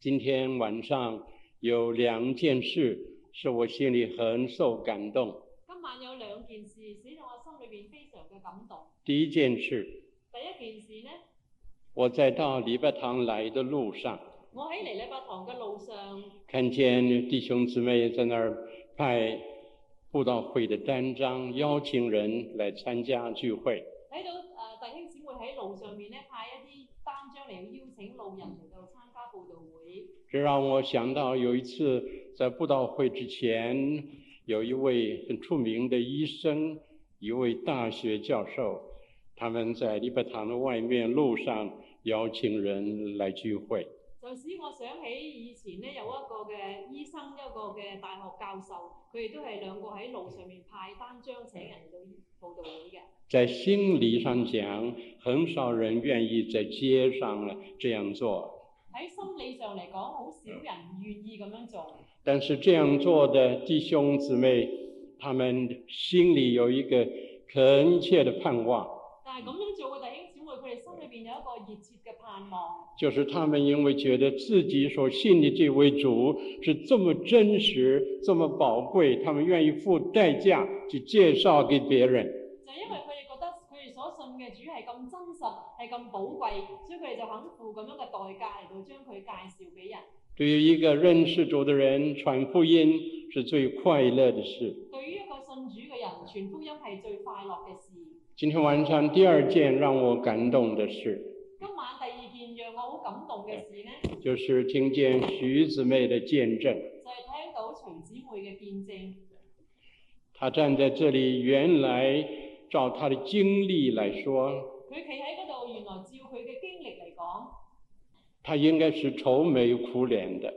今天晚上有两件事是我心里很受感动。今晚有兩件事使到我心裏面非常嘅感動。第一件事，第一件事呢，我在到礼拜堂来的路上，我喺嚟禮拜堂嘅路上，看见弟兄姊妹在那儿派布道会的单张，邀请人来参加聚会。睇到誒、呃弟兄姊妹喺路上面呢，派一啲單張嚟邀請路人嚟到參加報道會。这让我想到有一次在布道会之前，有一位很出名的医生，一位大学教授，他们在礼拜堂的外面路上邀请人来聚会。就使我想起以前呢，有一個嘅醫生，一個嘅大學教授，佢哋都係兩個喺路上面派單張請人嚟到報道會嘅。在心理上讲，很少人愿意在街上呢这样做，喺心理上嚟講，好少人願意咁樣做。但是这样做的弟兄姊妹，他们心里有一个恳切的盼望。但係咁樣做嘅弟兄姊妹，佢哋心裏邊有一個熱切嘅盼望，就是他们因为觉得自己所信的这位主是这么真实、这么宝贵，他们愿意付代价去介绍给别人。就因為佢哋覺得佢哋所信嘅主係咁真實，係咁寶貴，所以佢哋就肯付咁樣嘅代價嚟到將佢介紹俾人。对于一个认识主的人，传福音是最快乐的事。對於一個信主嘅人，傳福音係最快樂嘅事。今天晚上第二件让我感動的事，今晚第二件讓我好感動嘅事呢，就是听见徐姊妹的见证。就係、聽到徐姊妹嘅見證。她站在这里，原来照她的经历来说，佢企喺嗰度，原來照佢嘅經歷嚟講，她应该是愁眉苦脸的。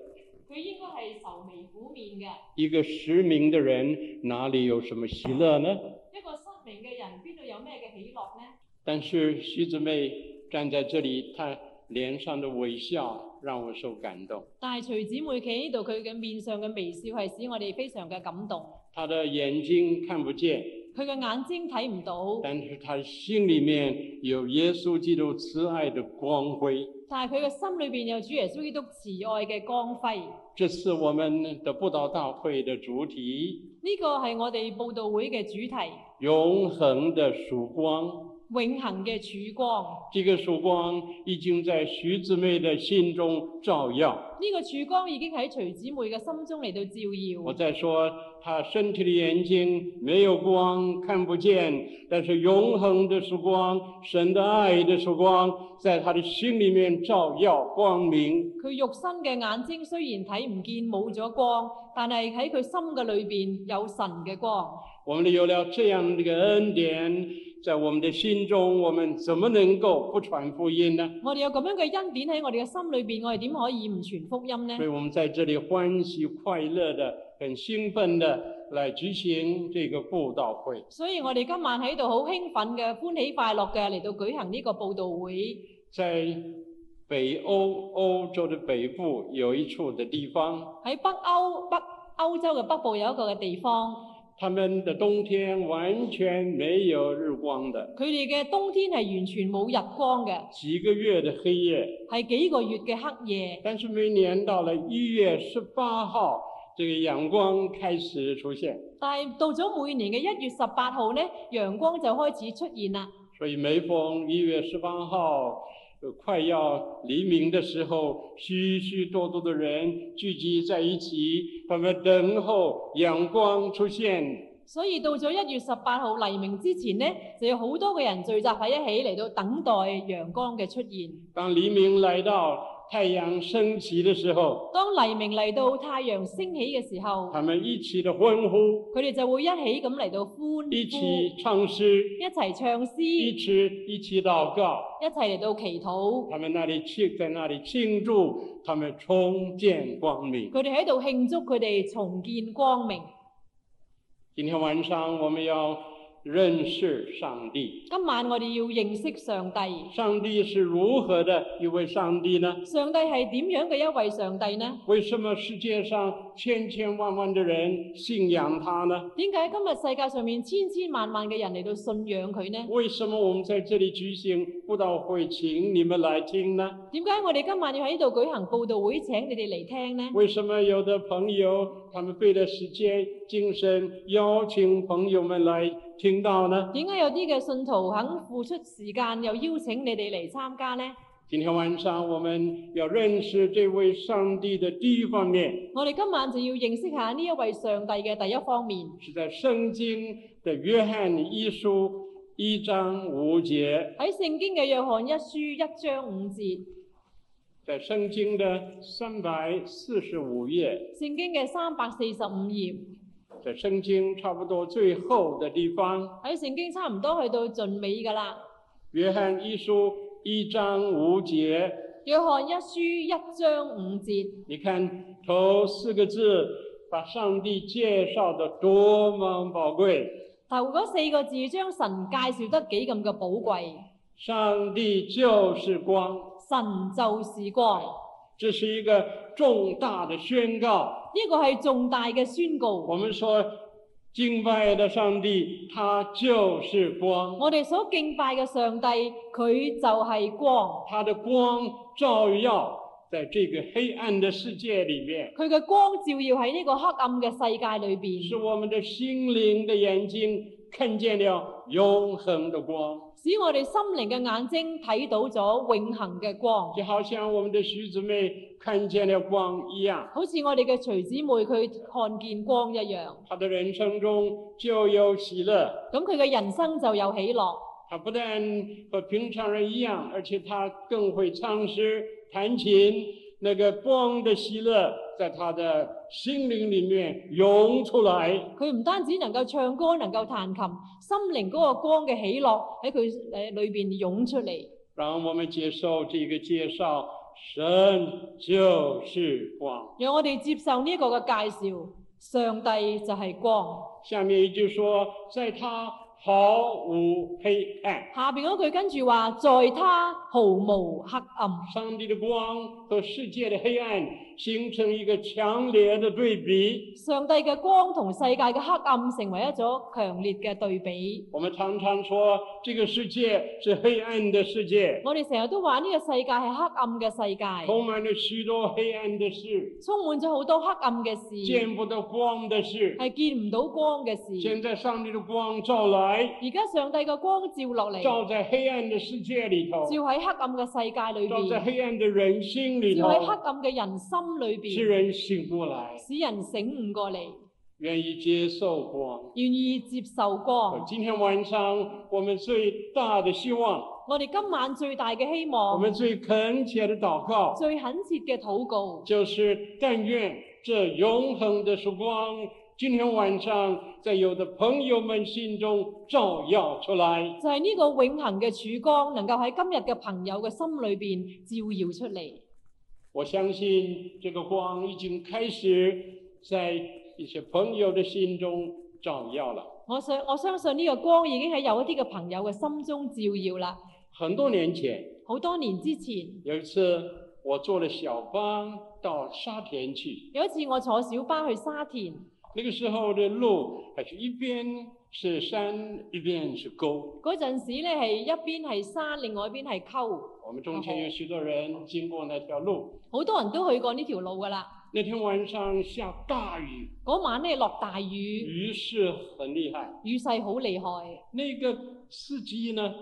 佢應該係愁眉苦面嘅。一个失明的人哪里有什么喜乐呢？一個失明嘅人邊度有咩嘅喜樂呢？但是徐姊妹站在这里，她脸上的微笑让我受感动。但係徐姊妹企喺度，佢嘅面上嘅微笑係使我哋非常嘅感動。她的眼睛看不见，佢嘅眼睛睇唔到，但是她心里面有耶稣基督慈爱的光辉。但係佢嘅心裏邊有主耶穌基督慈愛嘅光輝。这是我们的布道大会的主题：呢個係我哋報道會嘅主題，永恒的曙光。永恆嘅曙光。这个曙光已经在徐姊妹的心中照耀。呢、個曙光已經喺徐姊妹嘅心中嚟到照我耀。在说，他身体的眼睛没有光，看不见，但是永恒的曙光，神的爱的曙光，在他的心里面照耀光明。佢肉身嘅眼睛雖然睇唔見冇咗光，但係喺佢心嘅裏邊有神嘅光。我们有了这样的一个恩典，在我们的心中，我们怎么能够不传福音呢？我哋有咁樣嘅恩典喺我哋嘅心裏邊，我哋點可以唔傳福音呢所？以我们在这里欢喜快乐的、很兴奋的来举行这个布道会。所以我哋今晚喺度好興奮嘅、歡喜快樂嘅嚟到舉行呢個報道會。在北欧欧洲的北部有一处的地方。喺北歐北歐洲嘅北部有一個嘅地方，他们的冬天完全没有日光的，佢哋嘅冬天係完全冇日光嘅，几个月的黑夜。係幾個月嘅黑夜。但是每年到了一月十八号，这个阳光开始出现，但係到咗每年嘅一月十八號呢，陽光就開始出現啦。所以每逢一月十八号。呃快要黎明的时候，许许多多的人聚集在一起，他们等候阳光出现。所以到咗一月十八號黎明之前呢，就有好多嘅人聚集喺一起嚟到等待陽光嘅出現。当黎明来到，太阳升起的时候，當黎明嚟到太陽升起嘅時候，他们一起的欢呼，佢哋就會一起咁嚟到歡一呼，起唱诗，一齊唱詩，一一起一起祷告，齊嚟到祈禱。他们那里庆在那里庆祝，他们重见光明。佢哋喺度慶祝佢哋重見光明。今天晚上我们要认识上帝。今晚我哋要認識上帝。上帝是如何的一位上帝呢？上帝係點樣嘅一位上帝呢？为什么世界上千千万万的人信仰他呢？點解今日世界上面千千萬萬嘅人嚟到信仰佢呢？为什么我们在这里举行布道会，请你们来听呢？點解我哋今晚要喺呢度舉行佈道會請你哋嚟聽呢？为什么有的朋友他们费了时间、精神邀请朋友们来听到呢？點解有啲嘅信徒肯付出時間，又邀請你哋嚟參加呢？今天晚上我们要认识这位上帝的第一方面，我哋今晚就要認識下呢一位上帝嘅第一方面，是在圣经的约翰一书一章五节，喺聖經嘅約翰一書一章五節，在圣经的三百四十五页，聖經嘅三百四十五頁，在圣经差不多最后的地方，喺聖經差唔多去到盡尾㗎啦。约翰一书一章五节，約翰一書一章五節，你看头四个字，把上帝介绍的多么宝贵。頭嗰四個字將神介紹得幾咁嘅寶貴。上帝就是光，神就是光，这是一个重大的宣告。呢個係重大嘅宣告。我们说敬拜的上帝，他就是光，我哋所敬拜嘅上帝，佢就係光，他的光照耀在这个黑暗的世界里面，佢嘅光照耀喺呢個黑暗嘅世界裏邊，使我们的心灵的眼睛看见了永恒的光，使我哋心靈嘅眼睛睇到咗永恆嘅光，就好像我们的徐姊妹看见了光一样。好似我哋嘅徐姊妹佢看見光一樣。她的人生中就有喜乐，咁佢嘅人生就有喜樂。她不但和平常人一样，而且她更会唱诗、弹琴。那个光的喜乐在她的心灵里面涌出来，佢唔單止能夠唱歌，能夠彈琴，心靈嗰個光嘅喜樂喺佢呃誒裏邊湧出嚟。让我们接受这个介绍：神就是光。讓我哋接受呢個嘅介紹，上帝就係光。下面一句说，在他毫无黑暗。下邊嗰句跟住話，在他毫無黑暗。上帝的光和世界的黑暗形成一个强烈的对比。上帝嘅光同世界嘅黑暗成為一咗強烈嘅對比。我们常常说，这个世界是黑暗的世界，我哋成日都話呢個世界係黑暗嘅世界，充满了许多黑暗的事，充滿咗好多黑暗嘅事，见不得光的事。係見唔到光嘅事。现在上帝的光照来，而家上帝嘅光照落嚟，照在黑暗的世界里头照，喺黑暗嘅世界裏照在邊。黑暗的人心里要喺头，黑暗嘅人心裏使邊，人醒过来，使人醒悟過嚟，愿意接受光。願意接受光。今天晚上，我们最大的希望，我哋今晚最大嘅希我望，们最恳切的祷告，最懇切嘅禱告，就是但愿这永恒的曙光，今天晚上在有的朋友们心中照耀出来。就係呢個永恆嘅曙光，能夠喺今日嘅朋友嘅心裏邊照耀出嚟。我相信这个光已经开始在一些朋友的心中照耀了。我相我相信呢個光已經喺有一啲嘅朋友嘅心中照耀啦。很多年前，好多年之前，有一次我坐了小巴到沙田去，有一次我坐小巴去沙田，那个时候的路还是一边是山，一边是沟。嗰陣時咧係一邊係山，另外一邊係溝，我们中间有许多人经过那条路。好多人都去過呢條路㗎啦。那天晚上下大雨，嗰晚咧落大雨。雨势很厉害。雨勢好厲害。那个司机呢，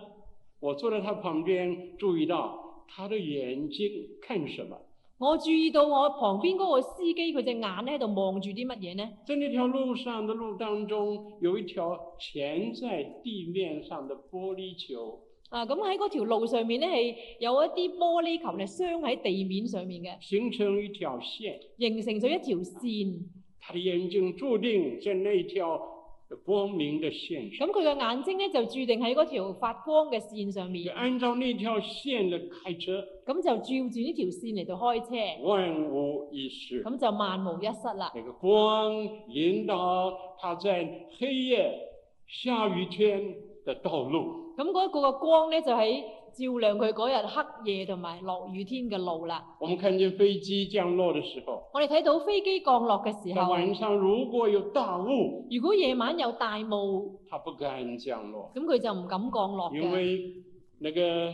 我坐在他旁边，注意到他的眼睛看什么。我注意到我旁邊嗰個司機，佢隻眼咧喺度望住啲乜嘢呢？在那条路上的路当中，有一条潜在地面上的玻璃球，啊，咁喺嗰條路上面咧係有一啲玻璃球咧鑲喺地面上面嘅，形成一条线。形成咗一條線。他的眼睛注定在那条光明的线上。咁佢嘅眼睛咧就注定喺嗰條發光嘅線上就面，按照那条线的开车，咁就照住呢條線嚟到開車，万无一失。咁就萬無一失啦。那个光引导他在黑夜下雨天的道路，咁嗰個嘅光咧就喺照亮佢嗰日黑夜同埋落雨天嘅路啦。我们看见飞机降落的时候，我哋睇到飛機降落嘅時在候，晚上如果有大雾，如果夜晚有大霧，它不敢降落，咁佢就唔敢降落因嘅，为那个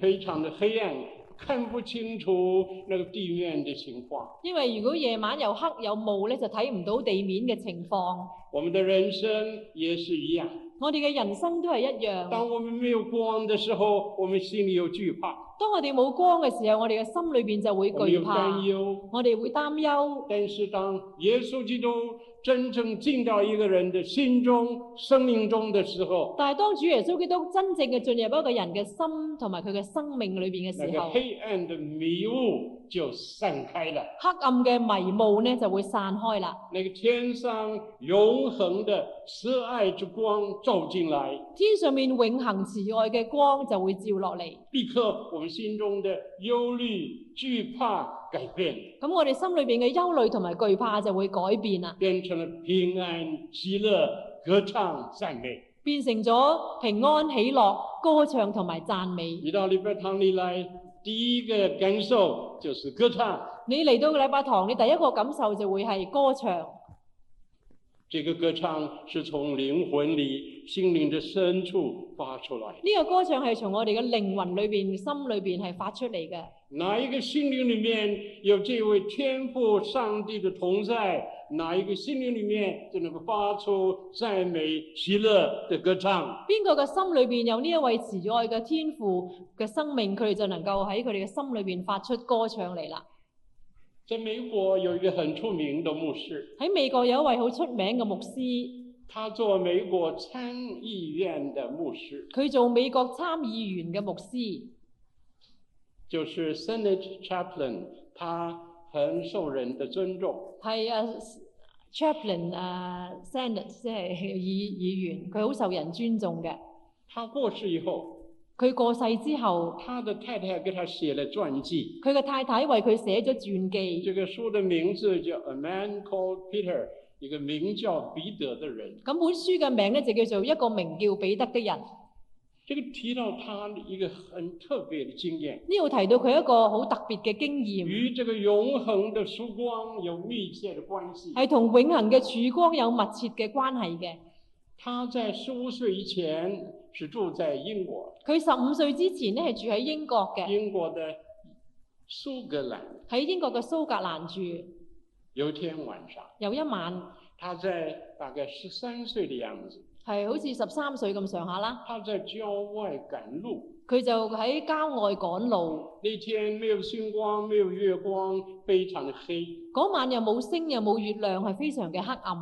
非常的黑暗，看不清楚那个地面的情况。因為如果夜晚又黑有霧咧，就睇唔到地面嘅情況。我们的人生也是一样，我哋嘅人生都係一樣。当我们没有光的时候，我们心里有惧怕，當我哋冇光嘅時候，我哋嘅心裏邊就會我们有懼怕，担忧。我哋會擔憂。但是当耶稣基督真正进到一个人的心中、生命中的时候，但係當主耶穌基督真正嘅進入一個人嘅心同埋佢嘅生命裏邊嘅那時个候，黑暗的迷雾就散开了，黑暗嘅迷霧呢就會散開啦，那个天上永恒的慈爱之光照进来，天上面永恆慈愛嘅光就會照落嚟。立刻我们心中的忧虑、惧怕改变，咁我哋心裏邊嘅憂慮同埋懼怕就會改變啦，变成了平安、喜乐、歌唱、赞美。變成咗平安喜樂、歌唱同埋讚美。你到礼拜堂里来，第一个感受就是歌唱，你嚟到禮拜堂，你第一個感受就會係歌唱。这个歌唱是从灵魂里、心灵的深处发出来的。呢個歌唱係從我哋嘅靈魂裏邊、心裏邊係發出嚟嘅。哪一个心灵里面有这位天父上帝的同在？哪一个心灵里面就能够发出赞美、喜乐的歌唱？邊個嘅心裏邊有呢一位慈愛嘅天父嘅生命，佢哋就能夠喺佢哋嘅心裏邊發出歌唱嚟啦。在美国有一个很出名的牧师，喺美國有一位好出名嘅牧師，他做美国参议院的牧师，佢做美國參議員嘅牧師，就是 Senate Chaplain，他很受人的尊重。係啊 Chaplain 啊 Senate 即係議議員，佢好受人尊重嘅。他过世以后，佢過世之後，他的太太给他写了传记。佢嘅太太為佢寫咗傳記。这个书的名字叫《A Man Called Peter》，一个名叫彼得的人。咁本書嘅名咧就叫做一個名叫彼得嘅人。这个提到他的一个很特别的经验，呢度提到佢一個好特別嘅經驗，与这个永恒的曙光有密切的关系。係同永恆嘅曙光有密切嘅關係嘅。他在十五岁以前是住在英国，佢十五歲之前咧係住喺英國嘅，英国的苏格兰。喺英國嘅蘇格蘭住。有一天晚上，有一晚他在大概十三岁的样子，係好似十三歲咁上下啦，他在郊外赶路。佢就喺郊外趕路。那天没有星光，没有月光，非常的黑。嗰晚又冇星又冇月亮，係非常嘅黑暗。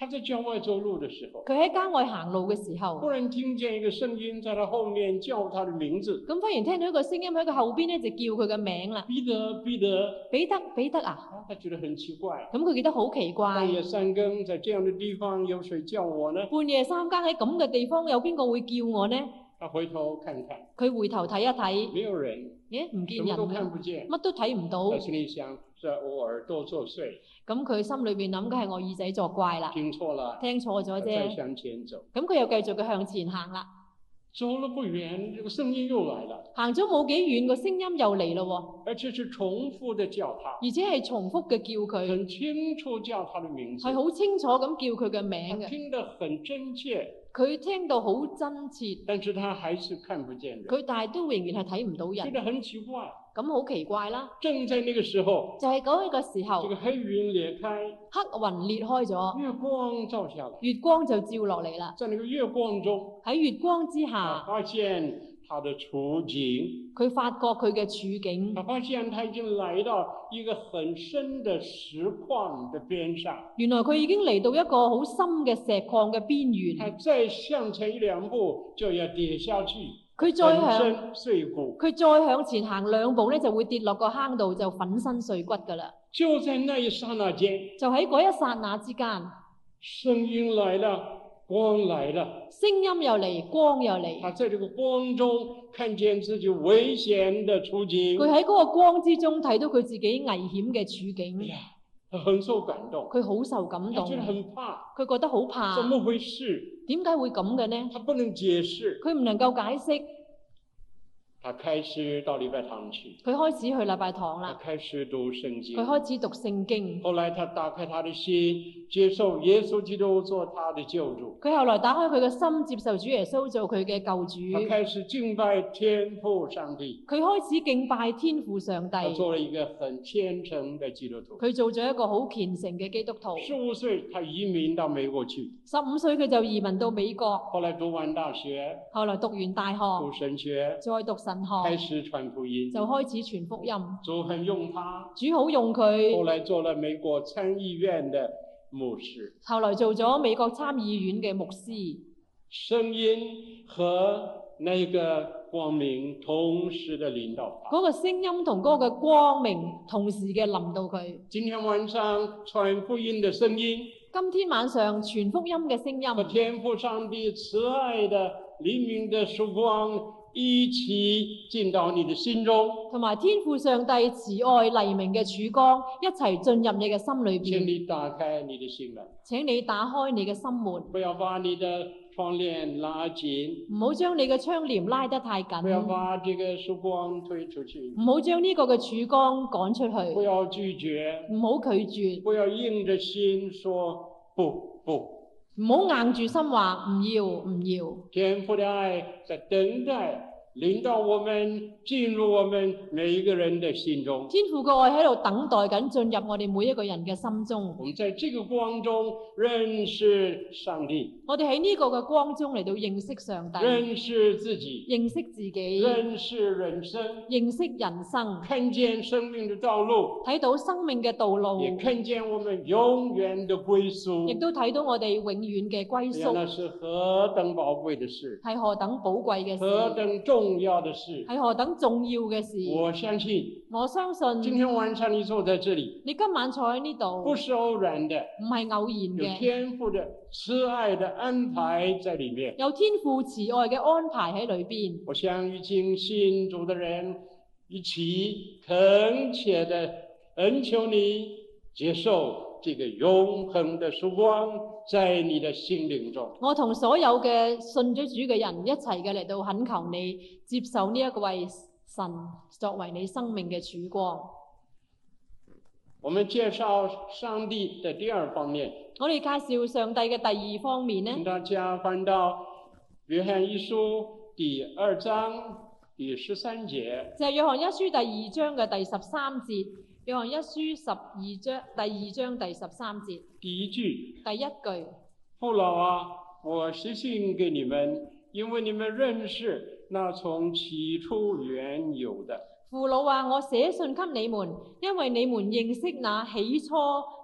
他在郊外走路的时候，佢喺郊外行路嘅時忽候，然听见一个声音在他后面叫他的名字咁忽然聽到一個聲音喺佢後邊咧就叫佢嘅名啦：彼得，彼得。彼得，彼得啊！啊，他觉得很奇怪，咁佢覺得好奇怪半。夜三更在这样的地方有谁叫我呢？半夜三更喺咁嘅地方，有邊個會叫我呢？他回头看看，佢回頭睇一睇，没有人，咦，唔什見么嗯都人看啊，不见。乜都睇唔到。他心里想，是我耳朵作祟，咁佢心裏邊諗嘅係我耳仔作怪啦，听错了。聽錯咗再啫。向前走，咁佢又繼續嘅向前行啦，走了不远，这个声音又来了，行咗冇幾遠，個聲音又嚟咯而且是重复的叫他，喎，而且係重複嘅叫佢，很清楚叫他的名字係，好清楚咁叫佢他嘅名嘅。听得很真切。佢聽到好真切，但是他还是看不见人，佢但係都仍然係睇唔到觉人，得很奇怪。咁好奇怪啦。正在那个时候，就係嗰一個这時候个，黑云裂开，黑雲裂開咗，月光照下来，月光就照落嚟啦。在那个月光中，喺月光之下他。发现他的处境，佢發覺佢嘅處境他，发现他已经来到一个很深的石矿的边上。原來佢已經嚟到一個好深嘅石礦嘅邊他緣。再向前一两步就要跌下去，佢再粉向身碎骨。佢再向前行兩步咧，就會跌落個坑度，就粉身碎骨㗎啦。就在那一刹那间，就喺嗰一剎那之間，声音来了，光来了。聲音又嚟，光又嚟。他在这个光中看见自己危险的处境佢。喺嗰個光之中睇到佢自己危險嘅處哎境。呀，很受感动，佢好受感他動，觉得很怕，佢覺得好怕怎，么回事？點解會咁嘅呢？他不能解释。佢唔能夠解釋，他开始到礼拜堂去，佢開始去禮拜堂他啦，开始读圣经佢。開始讀聖經，后来他打开他的心，接受耶稣基督做他的救主。佢後來打開佢嘅心，接受主耶穌做佢嘅救他主，开始敬拜天父上帝，佢開始敬拜天父上帝，他做了一个很虔诚的基督徒。佢做咗一個好虔誠嘅基督徒。十五岁，他移民到美国去，十五歲佢就移民到美國，后来读完大学，後來讀完大读學，神学，再讀神开學，始传福音。就開始傳福音。主很用他，主好用佢后。来做了美国参议院的牧师，後來做咗美國參議院嘅牧師，声音和那个光明同时的领导嗰、他。個聲音同嗰個嘅光明同時嘅臨到佢。今天晚上传福音的声音今天晚上全福音嘅聲和音，天父上帝慈爱的黎明的曙光一起进到你的心中，同埋天父上帝慈愛黎明嘅曙光，一齊進入你嘅心裏请邊。你打开你的心门，請你打開你嘅心門，不要把你的窗帘拉紧，唔好將你嘅窗簾拉得太不要緊，把这个曙光推出去，唔好將呢個嘅曙光趕出不去，要拒绝。唔好拒絕，不要硬着心说不不。唔好硬住心話唔要唔要。天父的爱在等待，领到我们进入我们每一个人的心中。天父嘅愛喺度等待緊進入我哋每一個人嘅心中。我们在这个光中认识上帝，我哋喺呢個嘅光中嚟到認識上帝，认识自己，認識自己，认识人生，認識人生，看见生命的道路，睇到生命嘅道路，也看见我们永远的归宿亦。都睇到我哋永遠嘅歸哎呀宿，那是何等宝贵的事，係何等寶貴嘅何事，等重要的事！係何等重要嘅事。我相信我相今信天晚上你坐在这里，你今晚坐喺呢度，不唔是偶然的，係偶有然嘅，天赋的慈爱的安排在里面。有天父慈愛嘅安排喺裏邊。我想已经信主的人一起恳切的恳求你接受这个永恒的曙光在你的心灵中。我同所有嘅信咗主嘅人一齊嘅嚟到懇求你接受呢一位神作為你生命嘅曙光。我们介绍上帝的第二方面，我哋介紹上帝嘅第二方面呢，请大家翻到约翰一书第二章第十三节。就係約翰一書第二章嘅第十三節。約翰一書十二章第二章第十三節第第一句一句：父老啊，我写信给你们，因为你们认识那从起初原有的。父老話：我寫信給你們，因為你們認識那起初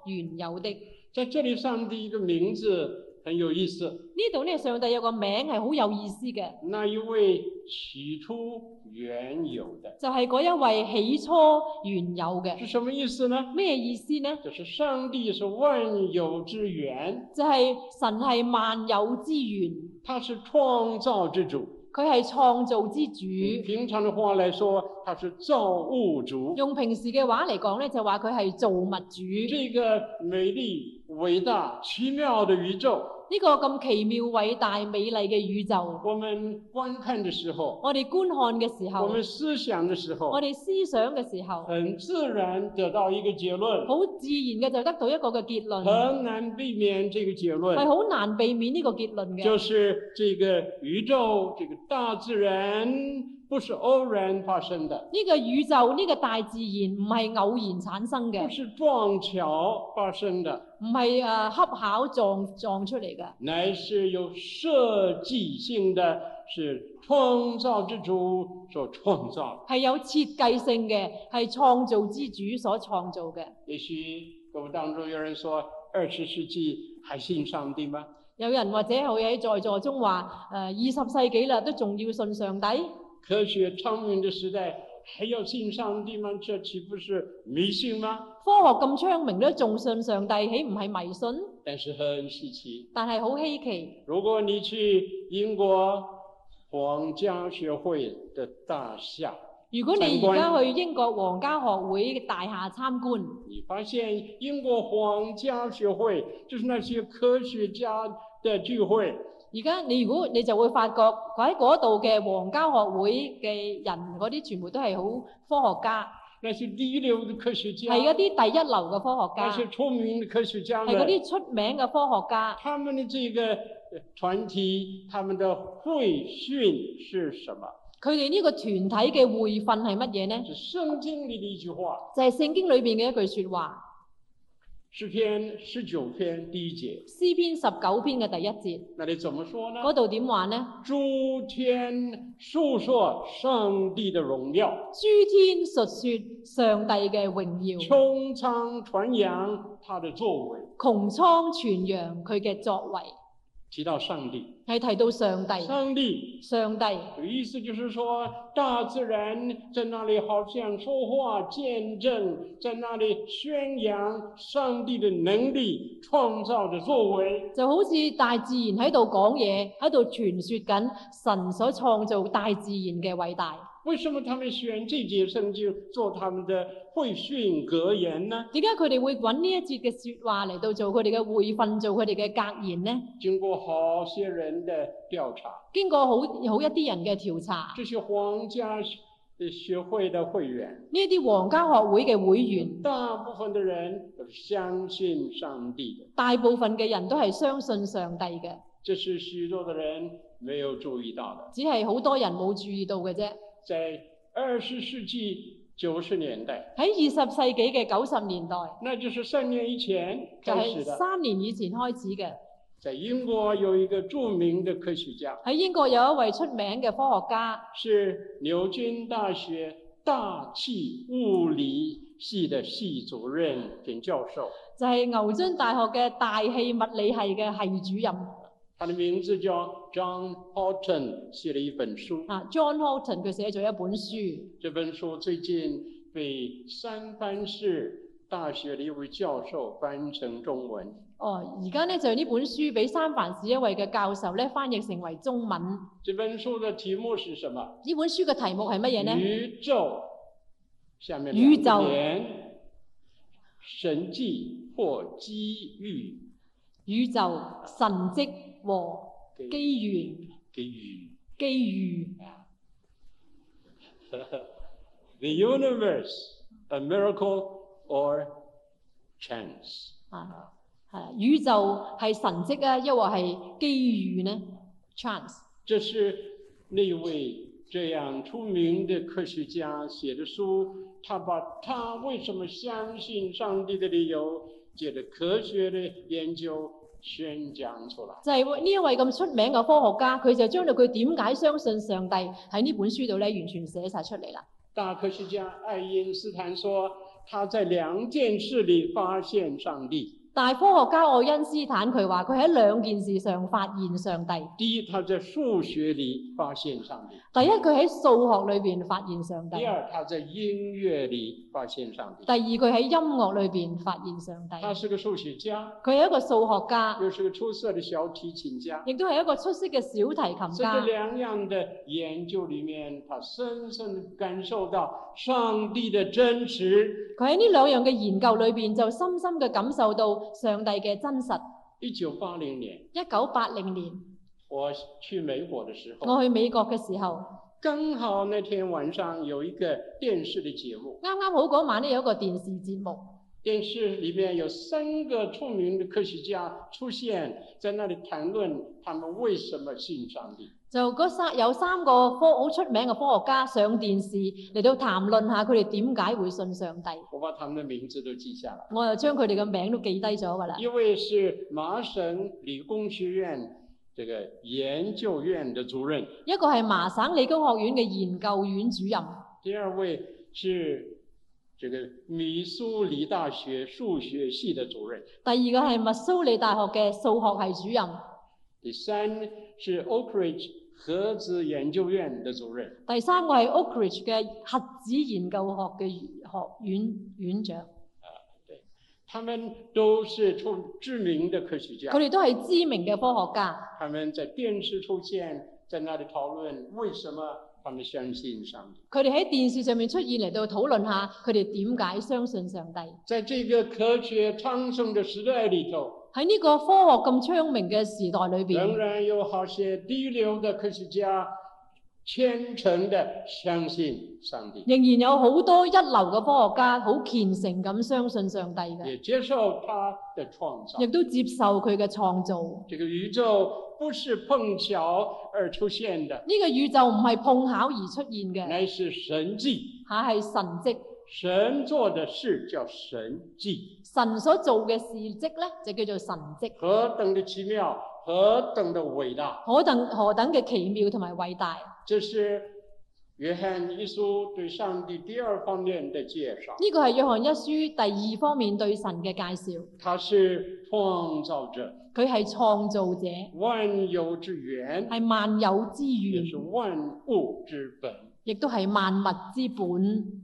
原有的。呢在这里，上帝的名字很有意思，度呢，上帝有個名係好有意思嘅，那一位起初原有的就係、嗰一位起初原有嘅。是什么意思呢？咩意思呢？就是上帝是万有之源，就係、神係萬有之源，他是创造之主。佢係創造之以主。平常的话来说，他是造物主。用平時嘅話嚟講呢，就話佢係造物主。这个美丽、伟大、奇妙的宇宙，呢個咁奇妙、偉大、美麗嘅宇宙，我們观看的时候，我哋觀看嘅時我候，们思想的时候我，哋思想嘅時候，很自然得到一个结论，好自然嘅就得到一個嘅結論，很难避免这个结係论，好難避免呢個結論嘅。就是这个宇宙、这个大自然不是偶然发生的，呢個宇宙、呢個大自然唔係偶然產生嘅不，是撞巧发生的，唔係誒恰巧撞撞出嚟嘅，乃是有设计性的，是创造之主所创造的。係有設計性嘅，係創造之主所創造嘅。也许我们当中有人说，二十世纪还信上帝吗？有人或者佢喺在座中話誒二十世紀啦，都仲要信上帝。科学昌明的时代，还要信上帝吗？这岂不是迷信吗？科學咁昌明都仲信上帝，豈唔係迷信？但是很稀奇，但係好稀奇。如果你去英国皇家学会的大厦，如果你而家去英國皇家學會嘅大廈參觀，你发现英国皇家学会就是那些科学家的聚会，而家你如果你就會發覺佢喺嗰度嘅皇家學會嘅人嗰啲全部都係好科學家，那些第一流的科学家，係嗰啲第一流嘅那科學些家，出名的科学家係嗰们，啲出名嘅科學家。他们的这个呃团体，他们的会训是什么？佢哋呢個團體嘅會訓係乜嘢呢？是圣经里的一句话，就係、聖經裏邊嘅一句説話，诗篇十九篇第一节，詩篇十九篇嘅第一節那里怎么说呢？嗰度點話呢？诸天述说上帝的荣耀，諸天述説上帝嘅榮耀，穹苍传扬他的作为。穹蒼傳揚佢嘅作為，提到上帝，係提到上帝。上帝上帝有意思就是说，大自然在那里好像说话、见证，在那里宣扬上帝的能力、创造的作为。就好似大自然喺度講嘢，喺度傳説緊神所創造大自然嘅偉大。为什么他们选这节圣经做他们的会训格言呢？點解佢哋會揾呢一節嘅説話嚟到做佢哋嘅會訓，做佢哋嘅格言呢？经过好些人的调查，經過好好一啲人嘅調查。这些皇家学呃学会的会员，呢啲皇家學會嘅會員，大部分的人都是相信上帝的，大部分嘅人都係相信上帝嘅，这是许多的人没有注意到的。只係好多人冇注意到嘅啫。在二十世纪九十年代，喺二十世紀嘅九十年代，那就是三年以前就开係始的，三年以前開始嘅。在英国有一个著名的科学家，喺英國有一位出名嘅科學家，是牛津大学大气物理系的系主任兼教授，就係、牛津大學嘅大氣物理系嘅系主任他的名字叫 John Horton，写了一本书。啊，John Horton。佢寫咗一本書，这本书最近被三藩市大学的一位教授翻成中文。哦，而家呢，就呢本書俾三藩市一位嘅教授咧翻譯成為中文。呢这本书的题目是什么？本書嘅題目係乜嘢呢？宇宙，下面宇宙两年神迹或机遇宇宙神蹟和给機緣。给予機遇。 ，the universe a miracle or chance？啊，係啦宇宙係神蹟啊，抑或係機遇呢？chance 这是那位这样出名的科学家写的书，他把他为什么相信上帝的理由，借着科学的研究宣讲出来。就係呢一位咁出名嘅科學家，佢就將到佢點解相信上帝喺呢本書度咧，完全寫晒出嚟啦。大科学家爱因斯坦说，他在两件事里发现上帝：但係科學家愛因斯坦佢話佢喺兩件事上發現上帝。第一，他在数学里发现上帝；第一，佢喺數學裏邊發現上帝；第二，他在音乐里发现上帝第。二，佢喺音樂裏邊發現上帝。他是个数学家，佢係一個數學家，又是个出色的小提琴家。亦都係一個出色嘅小提琴在这家。两样的研究里面，他深深地感受到上帝的真实。佢喺呢兩樣嘅研究裏邊就深深嘅感受到上帝嘅真實。一九八零年，一九八零年我去美国的时候，我去美國嘅時候，刚好那天晚上有一个电视的节目，啱啱好嗰晚呢有一個電視節目，电视里面有三个著名的科学家出现在那里谈论他们为什么信上帝。就嗰三有三個科好出名嘅科學家上電視嚟到談論下佢哋點解會信上帝。我把他们的名字都记下来，我又將佢哋嘅名都記低咗㗎啦。一位是麻省理工学院这个研究院的主任。一個係麻省理工學院嘅研究院主任，第二位是这个密苏里大学数学系的主任，第二個係密蘇里大學嘅數學系主任，第三是 Oak Ridge 核子研究院的主任。第三個係 Oak Ridge 嘅核子研究學嘅學院院長。他们都是出知名的科学家佢，哋都係知名嘅科學家，他们在电视出现，在那里讨论为什么他们相信上帝。佢哋喺電視上面出現嚟到討論下，佢哋點解相信上帝？在这个科学昌盛的时代里头，喺呢個科學咁昌明嘅時代裏仍邊，然有好些低流的科学家虔诚的相信上帝，仍然有好多一流嘅科學家好虔誠咁相信上帝嘅，也接受他的创造亦。都接受佢嘅創造。呢、这个宇宙不是碰巧而出现的，個宇宙唔係碰巧而出現嘅，乃是神迹。下係神蹟。神做的事叫神迹，神所做嘅事蹟咧，就叫做神蹟，何等的奇妙，何等的伟大！何等何等嘅奇妙同埋偉大。呢、这是约翰一书对上帝第二方面的介绍。個係約翰一書第二方面對神嘅介紹，他是创造者，佢係創造者，万有之源，係萬有之也是源，万物之本。亦都係萬物之本。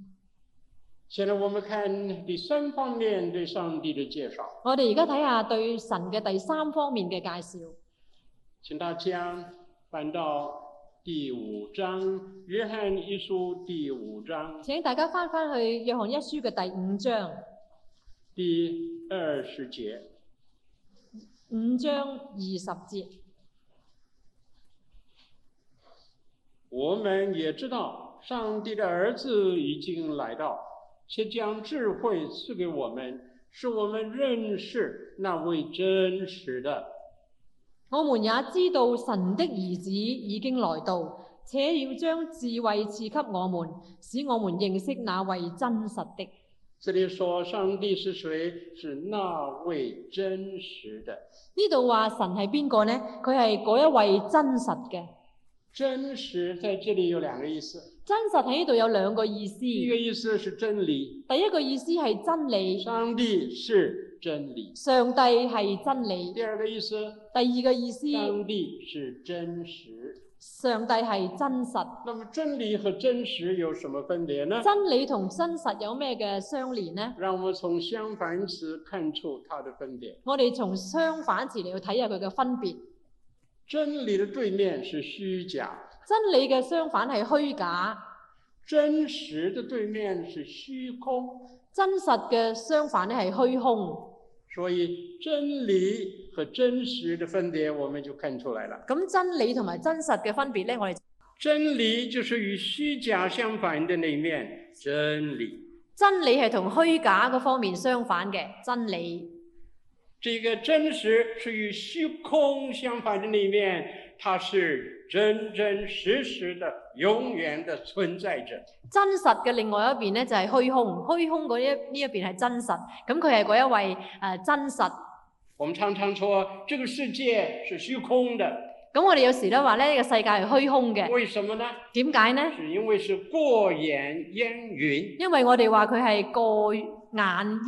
现在我们看第三方面对上帝的介绍，我哋而家睇下對神嘅第三方面嘅介紹。请大家翻到第五章《约翰一书》第五章請大家翻返去《約翰一書》嘅第五章，第二十节。五章二十節。我们也知道，上帝的儿子已经来到，且将智慧赐给我们，使我们认识那位真实的。我們也知道神的兒子已經來到，且要將智慧賜給我們，使我們認識那位真實的。呢这里说上帝是谁？是那位真实的。度話神係邊個呢？佢係嗰一位真實嘅。真实在这里有两个意思，真實喺呢度有兩個意思，第一第个意思是真理，一個意思係真理，上帝是真理；上帝係真理；第二个意思，第二個意思，上帝是真实。上帝係真實。那么真理和真实有什么分别呢？真理同真實有咩嘅相連呢？让我们从相反词看出它的分别。我哋從相反詞嚟去睇下佢嘅分別。真理的对面是虚假，真理嘅相反係虛假，真实的对面是虚空。真實嘅相反咧係虛空。所以真理和真实的分别，我们就看出来了。咁真理同埋真實嘅分別呢，我哋真理就是与虚假相反的那一面，真理。真理係同虛假嗰方面相反嘅真理。这个真实是与虚空相反的那一面，它是真真实实的、永远的存在着。真實嘅另外一邊呢，就係虛空，虛空嗰一呢一邊係真實，咁佢係嗰一位誒、呃真實。我们常常说这个世界是虚空的，咁我哋有時咧話呢呢個世界係虛空嘅，为什么呢？點解呢？是因为是过眼烟云，因為我哋話佢係過眼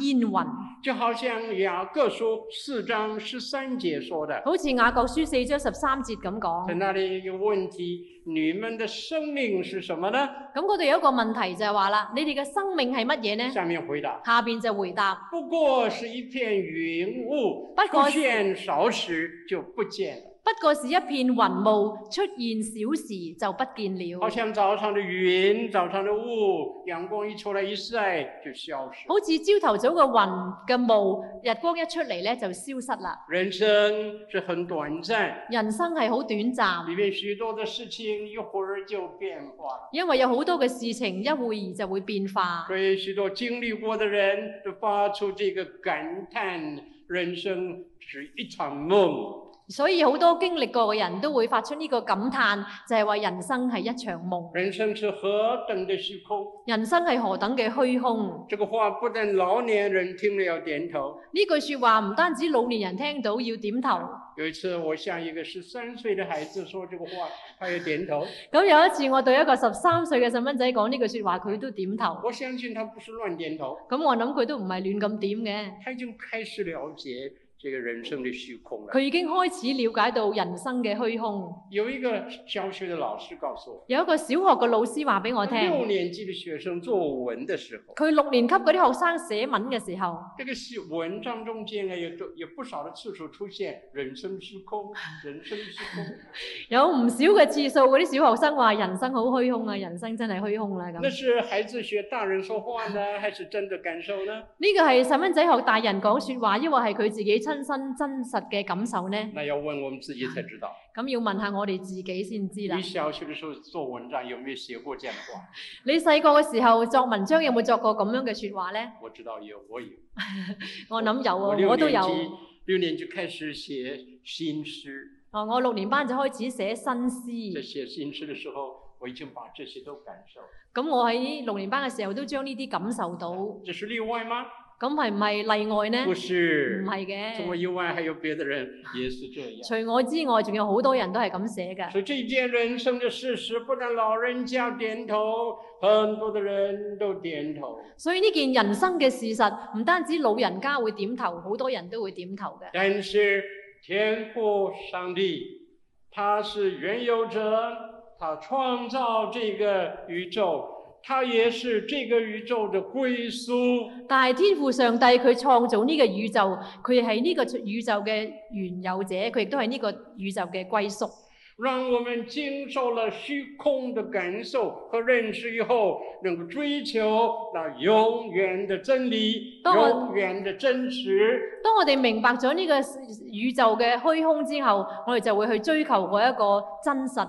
煙雲，就好像雅各书四章十三节说的，好似雅各書四章十三節咁在講。那里一个问题：你们的生命是什么呢？咁嗰度有一個問題就係話啦，你哋嘅生命係乜嘢呢？下面回答：下邊就回答。不过是一片云雾，不过出是现少时就不见了，不過是一片雲霧，出現小時就不見了好，像早上的云、早上的雾，阳光一出来一晒就消失。好似朝頭早嘅雲嘅霧，日光一出嚟咧就消失啦。人生是很短暂，人生係好短暫，里面许多的事情一会儿就变化了。因為有好多嘅事情一會兒就會變化，所以，许多经历过的人都发出这个感叹：人生是一场梦。所以好多經歷過嘅人都會發出呢個感嘆，就係話人生係一場夢，人生是何等的虚空！人生係何等嘅虛空。这个话不但老年人听了要点头。呢句説話唔單止老年人聽到要點頭，有一次，我向一个十三岁的孩子说这个話，他也点頭。咁有一次我對一個十三歲嘅細蚊仔講呢句説話，佢都點頭。我相信他不是乱点头，咁我諗佢都唔係亂咁點嘅。他已经开始了解这个人生的虚空了。佢已經開始了解到人生嘅虛空。有一个教學的老師告訴我，有一個小學嘅老師話俾我六聽，年級的學生作文的時候，佢六年級嗰啲學生寫文嘅時候，这个是文章中间呢，有多有不少的次数出现“人生虚 空”，人生虚空，有唔少嘅次數，嗰啲小學生話人生好虛空啊，人生真係虛空啦咁。那是孩子学大人说話 呢，還是真的感受呢？呢個係細蚊仔學大人講説話，抑或係佢自己親身真實嘅感受呢？那要問我們自己才知道。咁要問下我哋自己先知啦你。小學的時候做文章有沒有寫過這樣的話？你細個嘅時候作文章有冇作過咁樣嘅説話呢？我知道有，我有。我諗有我啊，六我都年有。級六年級開始寫新詩，哦，我六年班就開始寫新詩在。寫新詩的時候，我已經把這些都感受。咁我喺六年班嘅時候都將呢啲感受到，咁这是例外吗？係唔係例外呢？不是唔，係除我嘅，以外，還有別的人也是這樣。除我之外，仲有好多人都係咁寫嘅。所以这件人生的事實，不但老人家點頭，很多的人都點頭。所以呢件人生嘅事實，唔單止老人家會點頭，好多人都會點頭嘅。但是天父上帝，他是原有者，他創造这个宇宙，他也是这个宇宙的归宿。但係天父上帝佢創造呢個宇宙，佢係呢個宇宙嘅原有者，佢亦都係呢個宇宙嘅歸宿。让我们经受了虚空的感受和认识以后，能够追求那永远的真理、当我永远的真实。當我哋明白咗呢個宇宙嘅虛空之後，我哋就會去追求嗰一個真實。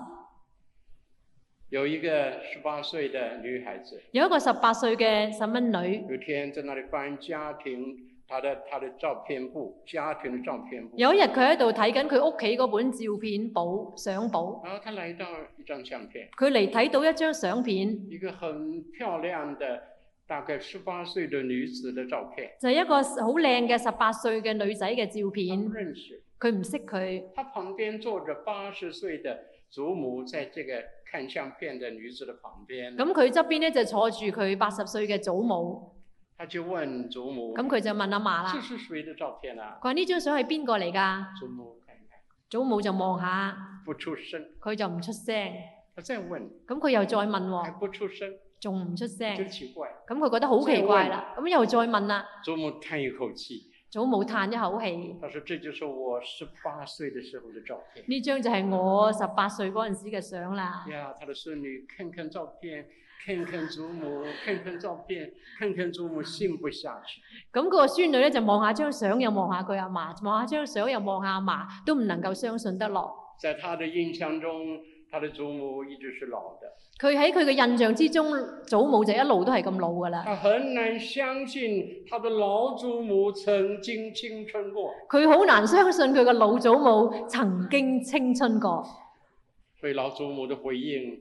有一个十八岁的女孩子，有一個十八歲嘅細蚊女，有一天在那里翻家庭，她的她的照片簿，家庭的照片簿。有一日佢喺度睇緊佢屋企嗰本照片簿相簿，然后她来到一张相片，佢嚟睇到一張相片，一个很漂亮的，大概十八岁的女子的照片，就係、一個好靚嘅十八歲嘅女仔嘅照她不片。认识。佢唔識佢，他旁边坐着八十岁的祖母，在这个看相片的女子的旁边，咁佢側邊咧就坐住佢八十歲嘅祖母，他就问祖母咁佢就問阿嫲：这啦，是谁的照片啊佢？話呢張相係邊個嚟㗎？祖母看一看，祖母就望下，不出声。佢就唔出聲。他再问，咁佢又再問还喎，不出声，仲唔出聲？真奇怪。咁佢覺得好奇怪啦，咁又再問啦，祖母叹一口气，祖母嘆一口氣，他说：“这就是我十八岁的时候的照片。呢張就係我十八歲嗰陣時嘅相”啦。呀，他的孙女看看照片，看看祖母，看看照片，看看祖母，信不下去。咁佢個孫女咧就望下張相，又望下佢阿嫲，望下張相又望下阿嫲，都唔能夠相信得落。在他的印象中，他的祖母一直是老的。佢喺佢嘅印象之中，祖母就一路都係咁老噶啦。他很难相信他的老祖母曾经青春过，佢好難相信佢嘅老祖母曾經青春過。所以老祖母的回应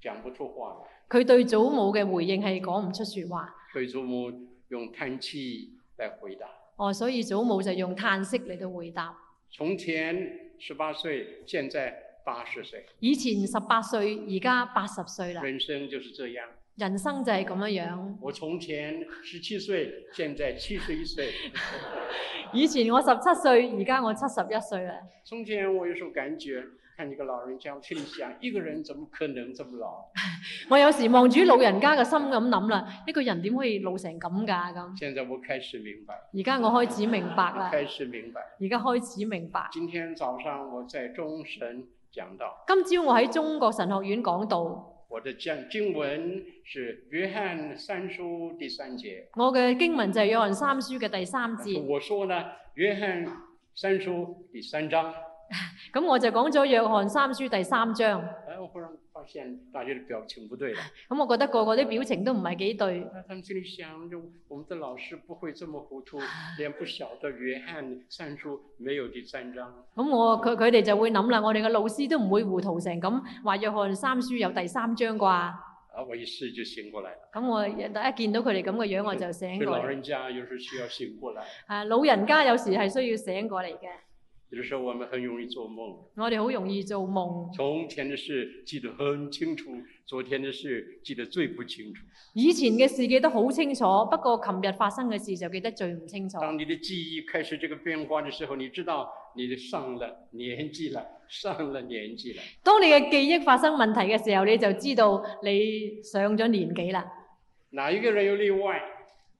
讲不出话来。佢對祖母嘅回應係講唔出説話，所以祖母用叹气来回答。哦，所以祖母就用嘆息嚟到回答。从前十八岁，现在八十岁，以前十八歲，而家八十歲啦，人生就是这样。人生就係咁樣樣。我从前十七岁，现在七十一岁。以前我十七歲，而家我七十一歲啦。从前我有时候感觉，看一个老人家，我心里想，一个人怎么可能这么老？我有時望住老人家嘅心咁諗啦，一個人點可以老成咁㗎咁？现在我开始明白，而家我開始明白啦，开始明白。而家開始明白。今天早上我在中神讲到，今朝我喺中國神學院講道，我我的讲经文是约翰三书第三节。嘅經文就係約翰三書嘅第三節。我说呢，约翰三书第三章。咁我就講咗約翰三書第三章，哎，我忽然发现大家的表情不对 了。咁我覺得個個啲表情都唔係幾對，那他们心里想着，我们的老师不会这么糊涂，连不晓得约翰三书没有第三章。咁我佢佢哋就會諗啦，我哋嘅老師都唔會糊塗成咁，話約翰三書有第三章啩。啊，我一试就醒過來了。咁我一見到佢哋咁嘅樣，我就所醒以過老嚟。人家有时需要醒过来，啊，老人家有時係需要醒過嚟嘅。有的时候我们很容易做梦，我哋好容易做夢。从前的事记得很清楚，昨天的事记得最不清楚。以前嘅事記得好清楚，不過琴日發生嘅事就記得最唔清楚。当你的记忆开始这个变化的时候，你知道你的上了年纪了，上了年纪了。當你嘅記憶發生問題嘅時候，你就知道你上咗年紀啦。哪一个人有例外？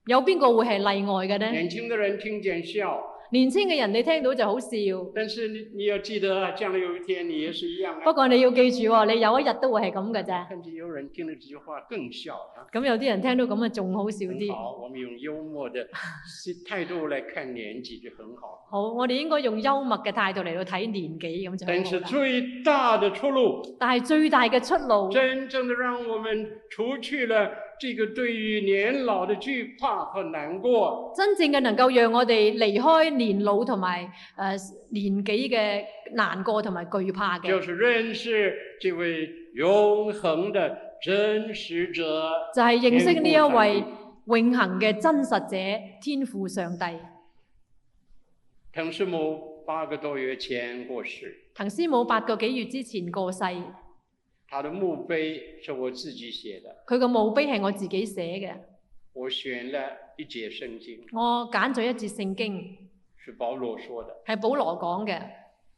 有邊個會係例外嘅呢？年輕的人听见笑，年青嘅人你聽到就好笑，但是你你要记得啊，将来有一天你也是一样不啊。過你要記住喎，你有一日都會係咁嘅咋。甚至有人听了这句话更笑啊。咁有啲人聽到咁啊，仲好笑很啲。好，我们用幽默的是态度来看年纪就很好。好，我哋應該用幽默嘅態度嚟到睇年紀咁就但是好啦。最大的出路，但係最大嘅出路，真正的让我们除去了这个对于年老的惧怕和难过，真正嘅能夠讓我哋離開年老同埋誒年紀嘅難過同埋懼怕嘅就，是认识这位永恒的真實者。就係認識呢一位天父永恆嘅真實者天父上帝。滕师母八个多月前过世，滕師母八個幾月之前過世，佢她的墓碑是我自己写的，個墓碑係我自己寫嘅，我选了一节圣经，我揀咗一節聖經，是保罗说的，係保羅講嘅《 《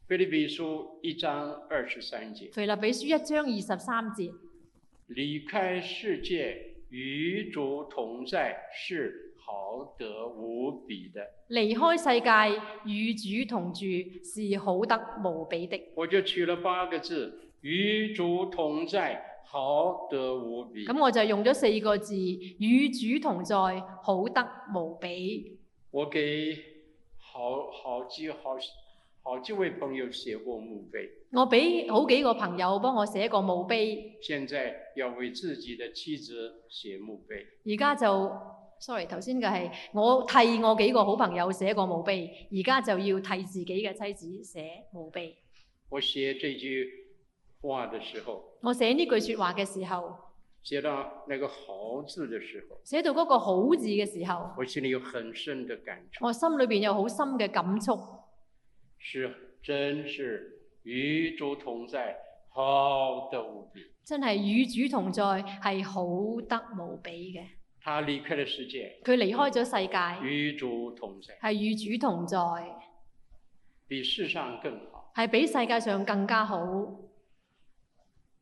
菲利比书》一章二十三节。腓立比書》一章二十三節。离开世界，与主同在，是豪得无比的。離開世界與主同住是好得無比的。我就取了八个字：与主同在，豪得无比。咁我就用咗四個字，與主同在，好得無比。我给好好几好好几位朋友写过墓碑，我俾好幾個朋友幫我寫個墓碑，现在要为自己的妻子写墓碑。而家就，sorry，頭先嘅係我替我幾個好朋友寫個墓碑，而家就要替自己嘅妻子寫墓碑。我写这句话的时候，我寫呢句説話嘅時候，写到那个“豪”字的时候，寫到嗰個好字嘅時候，我心里有很深的感触。我心裏邊有好深嘅感觸，是，真是与主同在，好的无比。真係與主同在係好得無比嘅。他离开了世界，佢離開咗世界，与主同在，係與主同在，比世上更好。係比世界上更加好。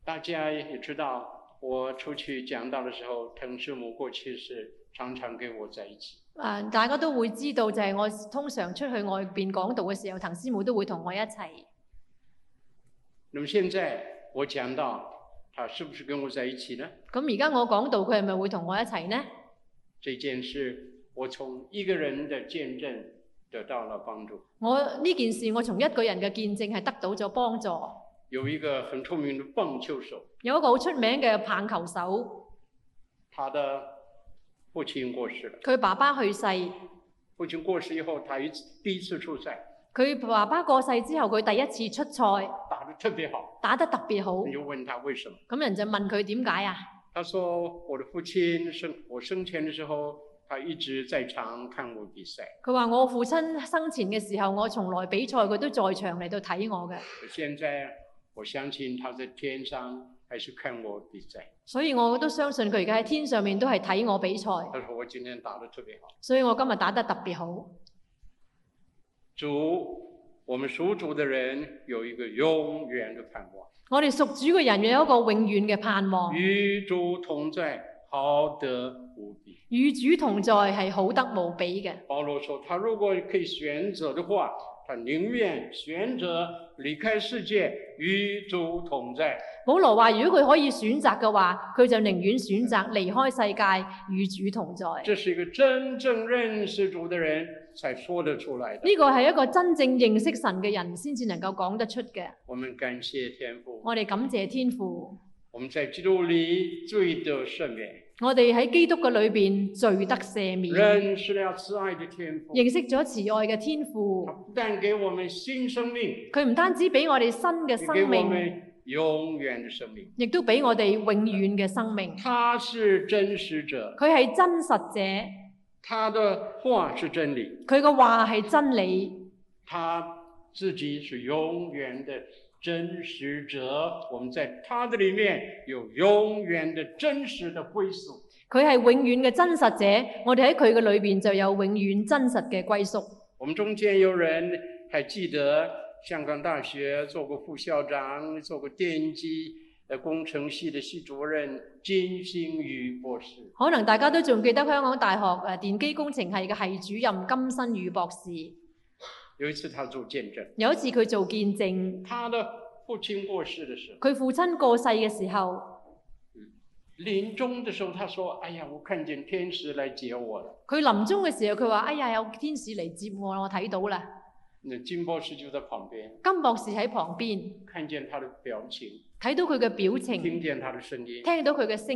大家也知道，我出去讲道的时候，滕师母过去是常常跟我在一起。啊、大家都會知道，就係我通常出去外邊講道嘅時候，滕師母都會同我一齊。那么现在我讲到，他是不是跟我在一起呢？咁而家我講道，佢係咪會同我一齊呢？这件事，我从一个人的见证得到了帮助。我呢件事，我從一個人嘅見證係得到咗幫助。有一个很出名的棒球手，有一個好出名嘅棒球手，他的父亲过世了。佢爸爸去世，父亲过世以后，他一次第一次出赛，佢爸爸過世之後，佢第一次出賽，打得特别好。打得特別好。你就问他为什么？咁人就問佢點解啊？他说：“我的父亲生我生前的时候，他一直在场看我比赛。佢話：我父親生前嘅時候，我從來比賽佢都在場嚟到睇我嘅，现在我相信他在天上还是看我比赛。所以我都相信佢而家喺天上面都係睇我比賽，他说我今天打得特别好。所以我今日打得特別好。主，我们属主的人有一个永远的盼望，我哋屬主嘅人有一個永遠嘅盼望，与主同在，好得无比。與主同在係好得無比嘅。保罗说，他如果可以选择的话，他宁愿选择离开世界与主同在。保羅話：如果佢可以選擇嘅話，佢就寧願選擇離開世界與主同在。这是一个真正认识主的人才说得出来的。呢個係一個真正認識神嘅人先至能夠講得出嘅。我们感谢天父，我哋感謝天父，我们在基督里罪得赦免，我哋喺基督嘅裏邊罪得赦免。认识了慈爱的天父，認識咗慈愛嘅天他父，不但给我们新生命，佢唔單止俾我哋新嘅也给生我命，们永远的生命。亦都俾我哋永遠嘅生命。他是真实者，佢係真實者，他的话是真理，佢嘅話係真理，他自己是永远的真实者，我们在他的里面有永远的真实的归属。佢係永遠嘅真實者，我哋喺佢嘅裏邊就有永遠真實嘅歸宿。我们中间有人还记得香港大学做过副校长，做过电机呃工程系的系主任金星宇博士。可能大家都仲記得香港大學誒電機工程系嘅系主任金新宇博士，有一次他做见证，有一次佢做見證，他的父亲过世的时候，佢父親過世嘅時候，临终的时候他说：“哎呀，我看见天使来接我了。佢臨終嘅時候佢話：哎呀，有天使嚟接我啦，我睇到啦。”那金博士就在旁边，金博士喺旁邊，看见他的表情，睇到佢嘅表情，听见他的声音，聽到佢嘅聲使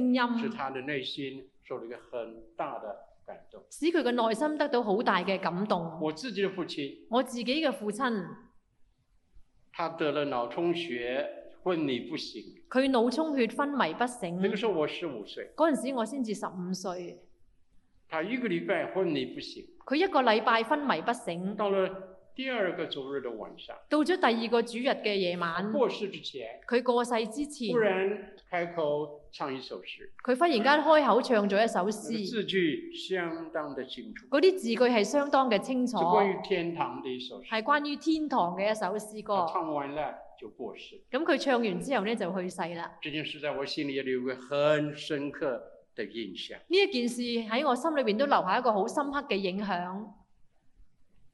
音，他的内心受了一个很大的感动。使佢嘅內心得到好大嘅感動。我自己的父亲，我自己嘅父親，他得了脑充血，昏迷不醒。佢腦充血昏迷不醒那，个时候我十五岁，嗰陣時我先至十五歲。他一个礼拜昏迷不醒。佢一個禮拜昏迷不醒，到了第二个周日的晚上，到咗第二個主日嘅夜晚，过世之前，佢過世之前忽，然开口唱一首诗，佢忽然間開口唱咗一首那个詩，字句相当的清楚，嗰啲字句係相當嘅清楚是，关于天堂的一首诗。係關於天堂嘅一首詩他歌。啊唱完了就过世了，咁佢唱完之後呢，就去世啦。这件事在我心里也留个很深刻的印象。呢一件事喺我心裏邊都留下一個好深刻嘅影響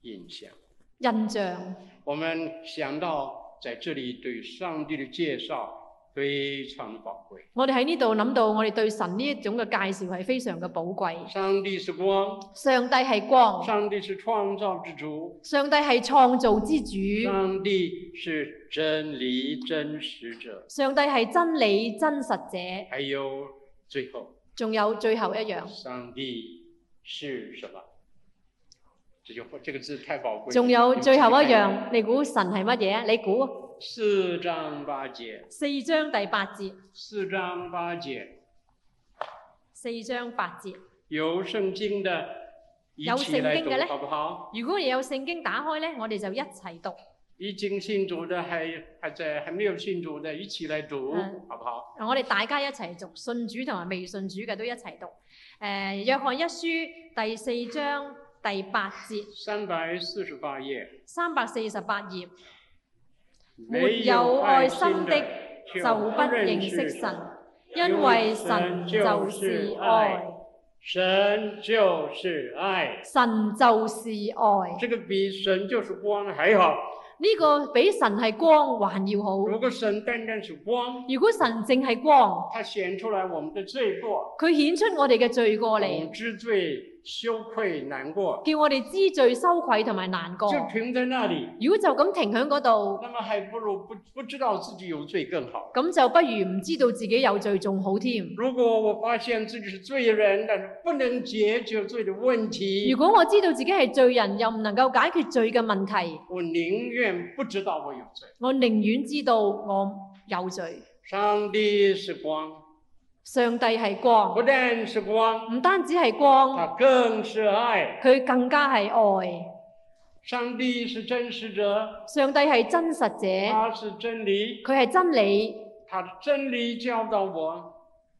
印象，印象。我们想到在这里对上帝的介绍非常的宝贵。我哋喺呢度諗到，我哋對神呢一種嘅介紹係非常嘅寶貴。上帝是光，上帝係光，上帝是创造之主，上帝係創造之主，上帝是真理真实者，上帝係真理真實者。还有最后，仲有最後一樣。上帝是什么？这句话这个字太宝贵了。仲有你们最後一自己看看，樣，你估神係乜嘢啊？你估四章八节，四章第八節，四章八节四章八節。有圣经的，一起来读有圣经的嘞好不好？如果你有聖經打開呢，我哋就一齊讀。已经信主的还还在还没有信主的，一起来读、嗯好不好？我哋大家一齊讀，信主同埋未信主嘅都一齊讀。誒、約翰一書第四章第八節，三百四十八页，三百四十八頁。没没有爱爱心的的就不認識神，因為神就是愛，神就是爱，神就是愛。这个比神就是光还好。呢、個比神係光還要好。如果神单单是光，如果神淨係光，它显出来我们的罪过，佢顯出我哋嘅罪我過们嚟，知罪、羞愧、難過，叫我哋知罪、羞愧同埋難過。就停在那里。如果就咁停喺嗰度，那么还不如不不知道自己有罪更好。咁就不如唔知道自己有罪仲好添。如果我发现自己是罪人，但是不能解决罪的问题如，果我知道自己係罪人，又唔能夠解決罪嘅問題，我宁愿不知道我有罪。我寧願知道我有罪。上帝是光，上帝係光不，但是光，唔單止係光，它更是爱。佢更加係愛。上帝是真实者，上帝係真實者，他是真理，佢係真理，他的真理教导我，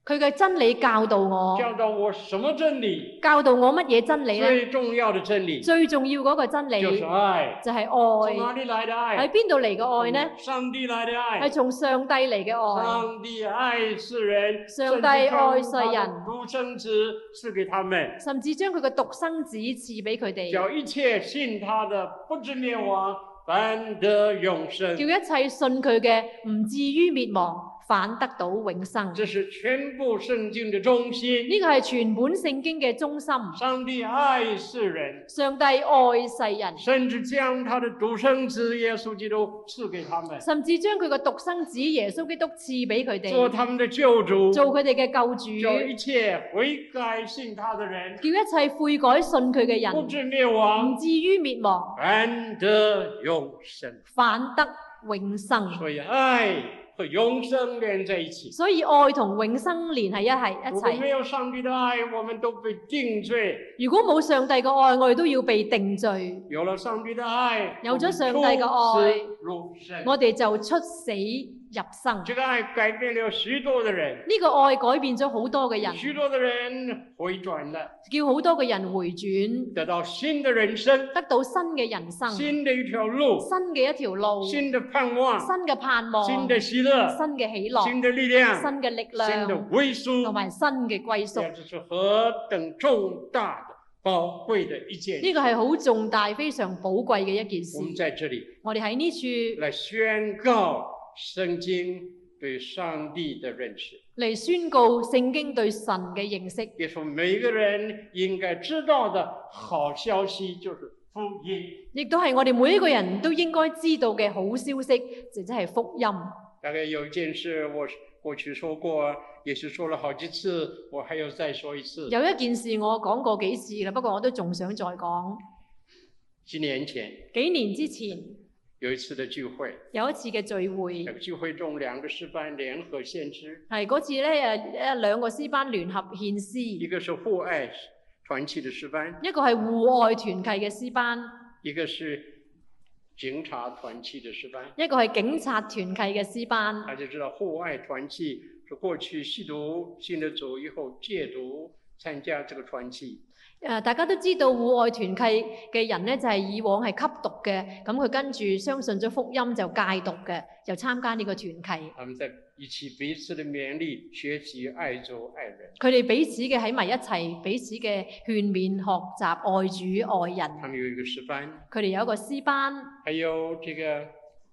佢嘅真理教導我，教导我什么真理？教導我乜嘢真理呢？最重要的真理哎最哎重要嗰個真理就是爱。就係从愛。哪里来的喺爱？邊度嚟嘅愛呢？从上帝来的係爱。從上帝嚟嘅愛。上帝爱世人，上甚帝至将爱世人他的独生子赐给他们，甚至將佢嘅獨生子賜俾佢哋，叫一切信他的不至灭亡，反得永生。叫一切信佢嘅唔至於滅亡，反得到永生。这是全部圣经的中心。呢個係全本聖經嘅中心。上帝爱世人，上帝愛世人，甚至将他的独生子耶稣基督赐给他们，甚至將佢嘅獨生子耶穌基督賜俾佢做哋，他们的救主，做佢哋嘅救主，叫一切悔改信他的人叫一切悔改信佢嘅不人至灭唔亡，至於滅亡，安得永生。反得永生。所以爱和永生连在一起。所以愛同永生連係一係一如果齊。没有上帝的爱，我们都被定罪；如果冇上帝嘅愛，我哋都要被定罪。有了上帝的爱，有咗上帝嘅愛我们出死入生。我哋就出死入生。呢、这个爱改变了许多的人，個愛改變咗好多嘅人，许多的人回转了，叫好多嘅人回轉，得到新的人生、得到新嘅人生、新新的一条路、嘅一條路、新新的盼望、嘅盼望、新新的喜乐、嘅喜樂、新的力量、新嘅力新的量，归属。同埋新嘅歸宿。这就是何等重大的、宝贵的一件呢事。個係好重大、非常寶貴嘅一件我们事。在这里我哋喺呢處来宣告圣经对上帝的认识，嚟宣告聖經對神嘅認識。也是每一个人应该知道的好消息，就是福音。亦都係我哋每一個人都應該知道嘅好消息，就即係福音。大概有一件事我过去说过，也是说了好几次，我还要再说一次。有一件事我講過幾次啦，不過我都仲想再講。几年前幾年之前有一次的聚会，有一次嘅聚會那，个聚会中两个师班联合献诗，係嗰次咧誒誒兩個詩班聯合獻一詩，个是户外团契的师班，一個係戶外團契嘅詩班，一个是警察团契的师班。一個係警察團契嘅詩班。大家知道，户外团契是过去吸毒信了主以后戒毒参加这个团契，誒、呃大家都知道戶外團契嘅人咧，就係、以往係吸毒嘅，咁佢跟住相信咗福音就戒毒嘅，就參加呢個團契。他们在一起彼此的勉励，学习爱主爱人。佢哋彼此嘅喺埋一齊，彼此嘅勸勉、學習、愛主、他愛人。们有一个师班，佢哋有一個詩班，还有这个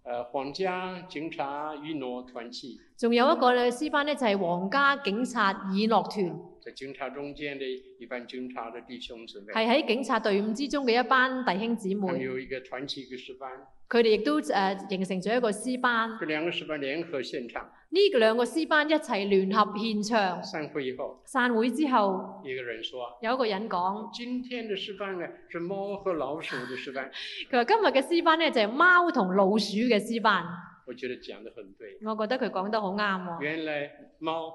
呃皇家警察一诺团契，仲有一個咧詩班咧就係、皇家警察以樂團，在警察中间的一班警察的弟兄姊妹，係喺警察隊伍之中嘅一班弟兄姊他们妹。有一个团契一个师班，佢哋亦都誒、呃形成咗一個詩班。这兩個师班联合献唱，呢兩個詩班一齊聯合獻唱。散会以后，散會之後，一个人说。有一個人講。今天的师班呢是猫和老鼠的师班，佢話今日嘅詩班咧就係、貓同老鼠嘅詩班， 我觉得讲得很对。我覺得佢講得好啱喎。原来猫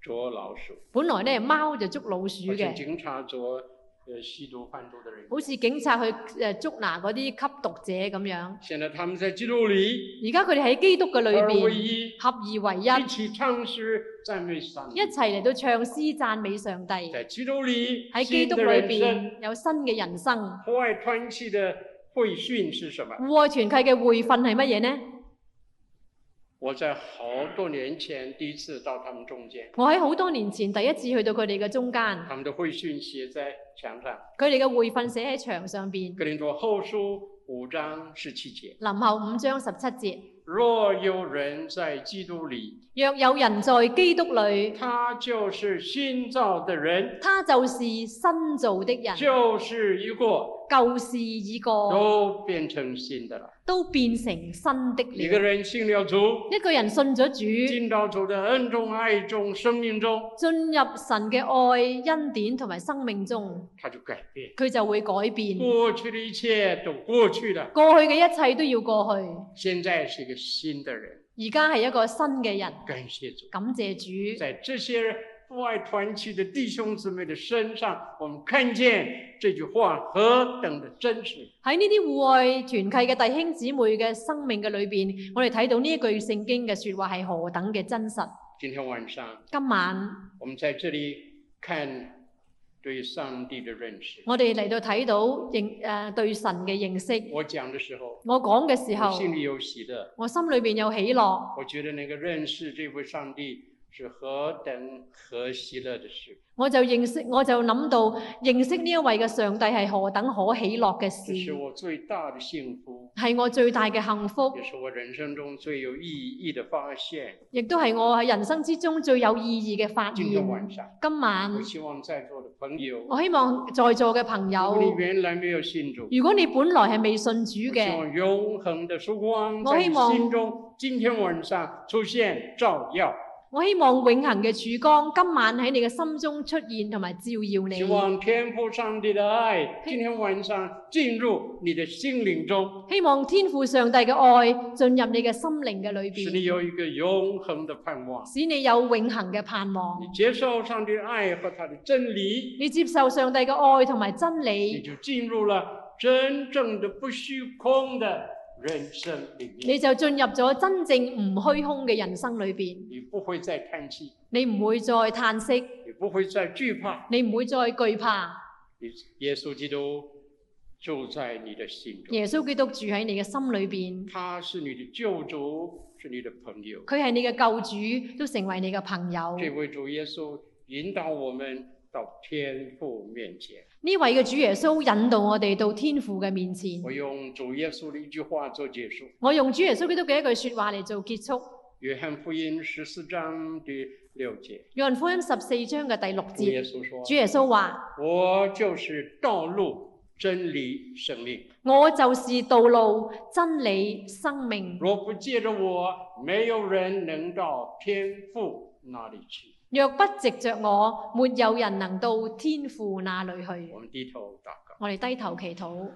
捉老鼠，本來咧貓就捉老鼠而且嘅，警察捉呃吸毒贩毒的人。好似警察去誒捉拿嗰啲吸毒者咁樣。现在他们在基督里而家佢哋喺基督嘅裏二为邊一，合二為一一，起唱诗赞美上帝一。齊嚟到唱詩讚美上帝。在基督里喺基新督的裏人生，邊有新嘅人生。户外团契的会训是什么？户外團契嘅會訓係乜嘢呢？我在好多年前第一次到他们中间，我喺好多年前第一次去到佢哋嘅中間，他们的会训写在墙上，佢哋嘅會訓寫喺牆上邊。 《格林多后书》五章十七节：林後五章十七節：若有人在基督里，若有人在基督裏，他就是新造的人。他就是新造的人，就是一个舊事已過，都變成新的了。都變成新的一个了。人信了主，一個人信咗主，进到主的恩中、爱中、生命中，進入神嘅愛、恩典同埋生命中，他就改变。佢就會改變。过去的一切都过去了，過去嘅一切都要過去，现在是一个新的人。而家係一個新嘅人。感谢主，感謝主在这些父爱团契的弟兄姊妹的身上，我们看见这句话何等的真实。喺呢啲户外團契嘅弟兄姊妹嘅生命嘅裏邊，我哋睇到呢一句聖經嘅説話係何等嘅真實。今天晚上，今晚我们在这里看对上帝的认识。我哋嚟到睇到認誒、呃、對神嘅認識。我讲的时候，我講嘅時我候，心里有喜乐。我心裏邊有喜樂。我觉得那个认识这位上帝是何等可喜乐的事，我就認識，我就諗到認識呢一位嘅上帝係何等可喜樂嘅这是事，我最大的幸福，係我最大嘅幸福也，是我人生中最有意义的发现。亦都係我喺人生之中最有意義嘅發現今。天晚上，今晚我希望在座的朋友，我希望在座嘅朋如果你友，原来没有信主，如果你本來係未信主我希嘅，望永恒的曙光我在希你望心中，今天晚上出现照耀。我希望永恒嘅曙光今晚喺你嘅心中出現同埋照耀希你。望天父上帝的爱今天晚上进入你的心灵中，希望天父上帝嘅愛進入你嘅心靈嘅裏使你邊，有一个永恒的盼望。使你有永恒嘅盼望你。接受上帝的爱和他的真理，你接受上帝嘅愛同埋真你理，就进入了真正的不虚空的人生里面。你就進入咗真正唔虛空嘅人生裏邊。你不会再叹气，你唔會再嘆息，也不会再惧怕。你唔會再懼怕。你耶稣基督就在你的心中，耶穌基督住喺你嘅心裏邊，他是你的救主，是你的朋友。佢係你嘅救主，都成為你嘅朋友。这位主耶稣引导我们到天父面前。呢位嘅主耶穌引導我哋到天父嘅面前。我用主耶稣的一句话做结束，《我用主耶穌基督嘅一句説話嚟做結束。约翰福音》十四章第六节，約翰福音十四章嘅第六主耶節，稣说主耶穌話：：“我就是道路、真理、生命。我就是道路、真理、生命。若不借着我，没有人能到天父那里去。”若不藉着我，沒有人能到天父那裏去我。们低头祷告。我哋低頭祈禱。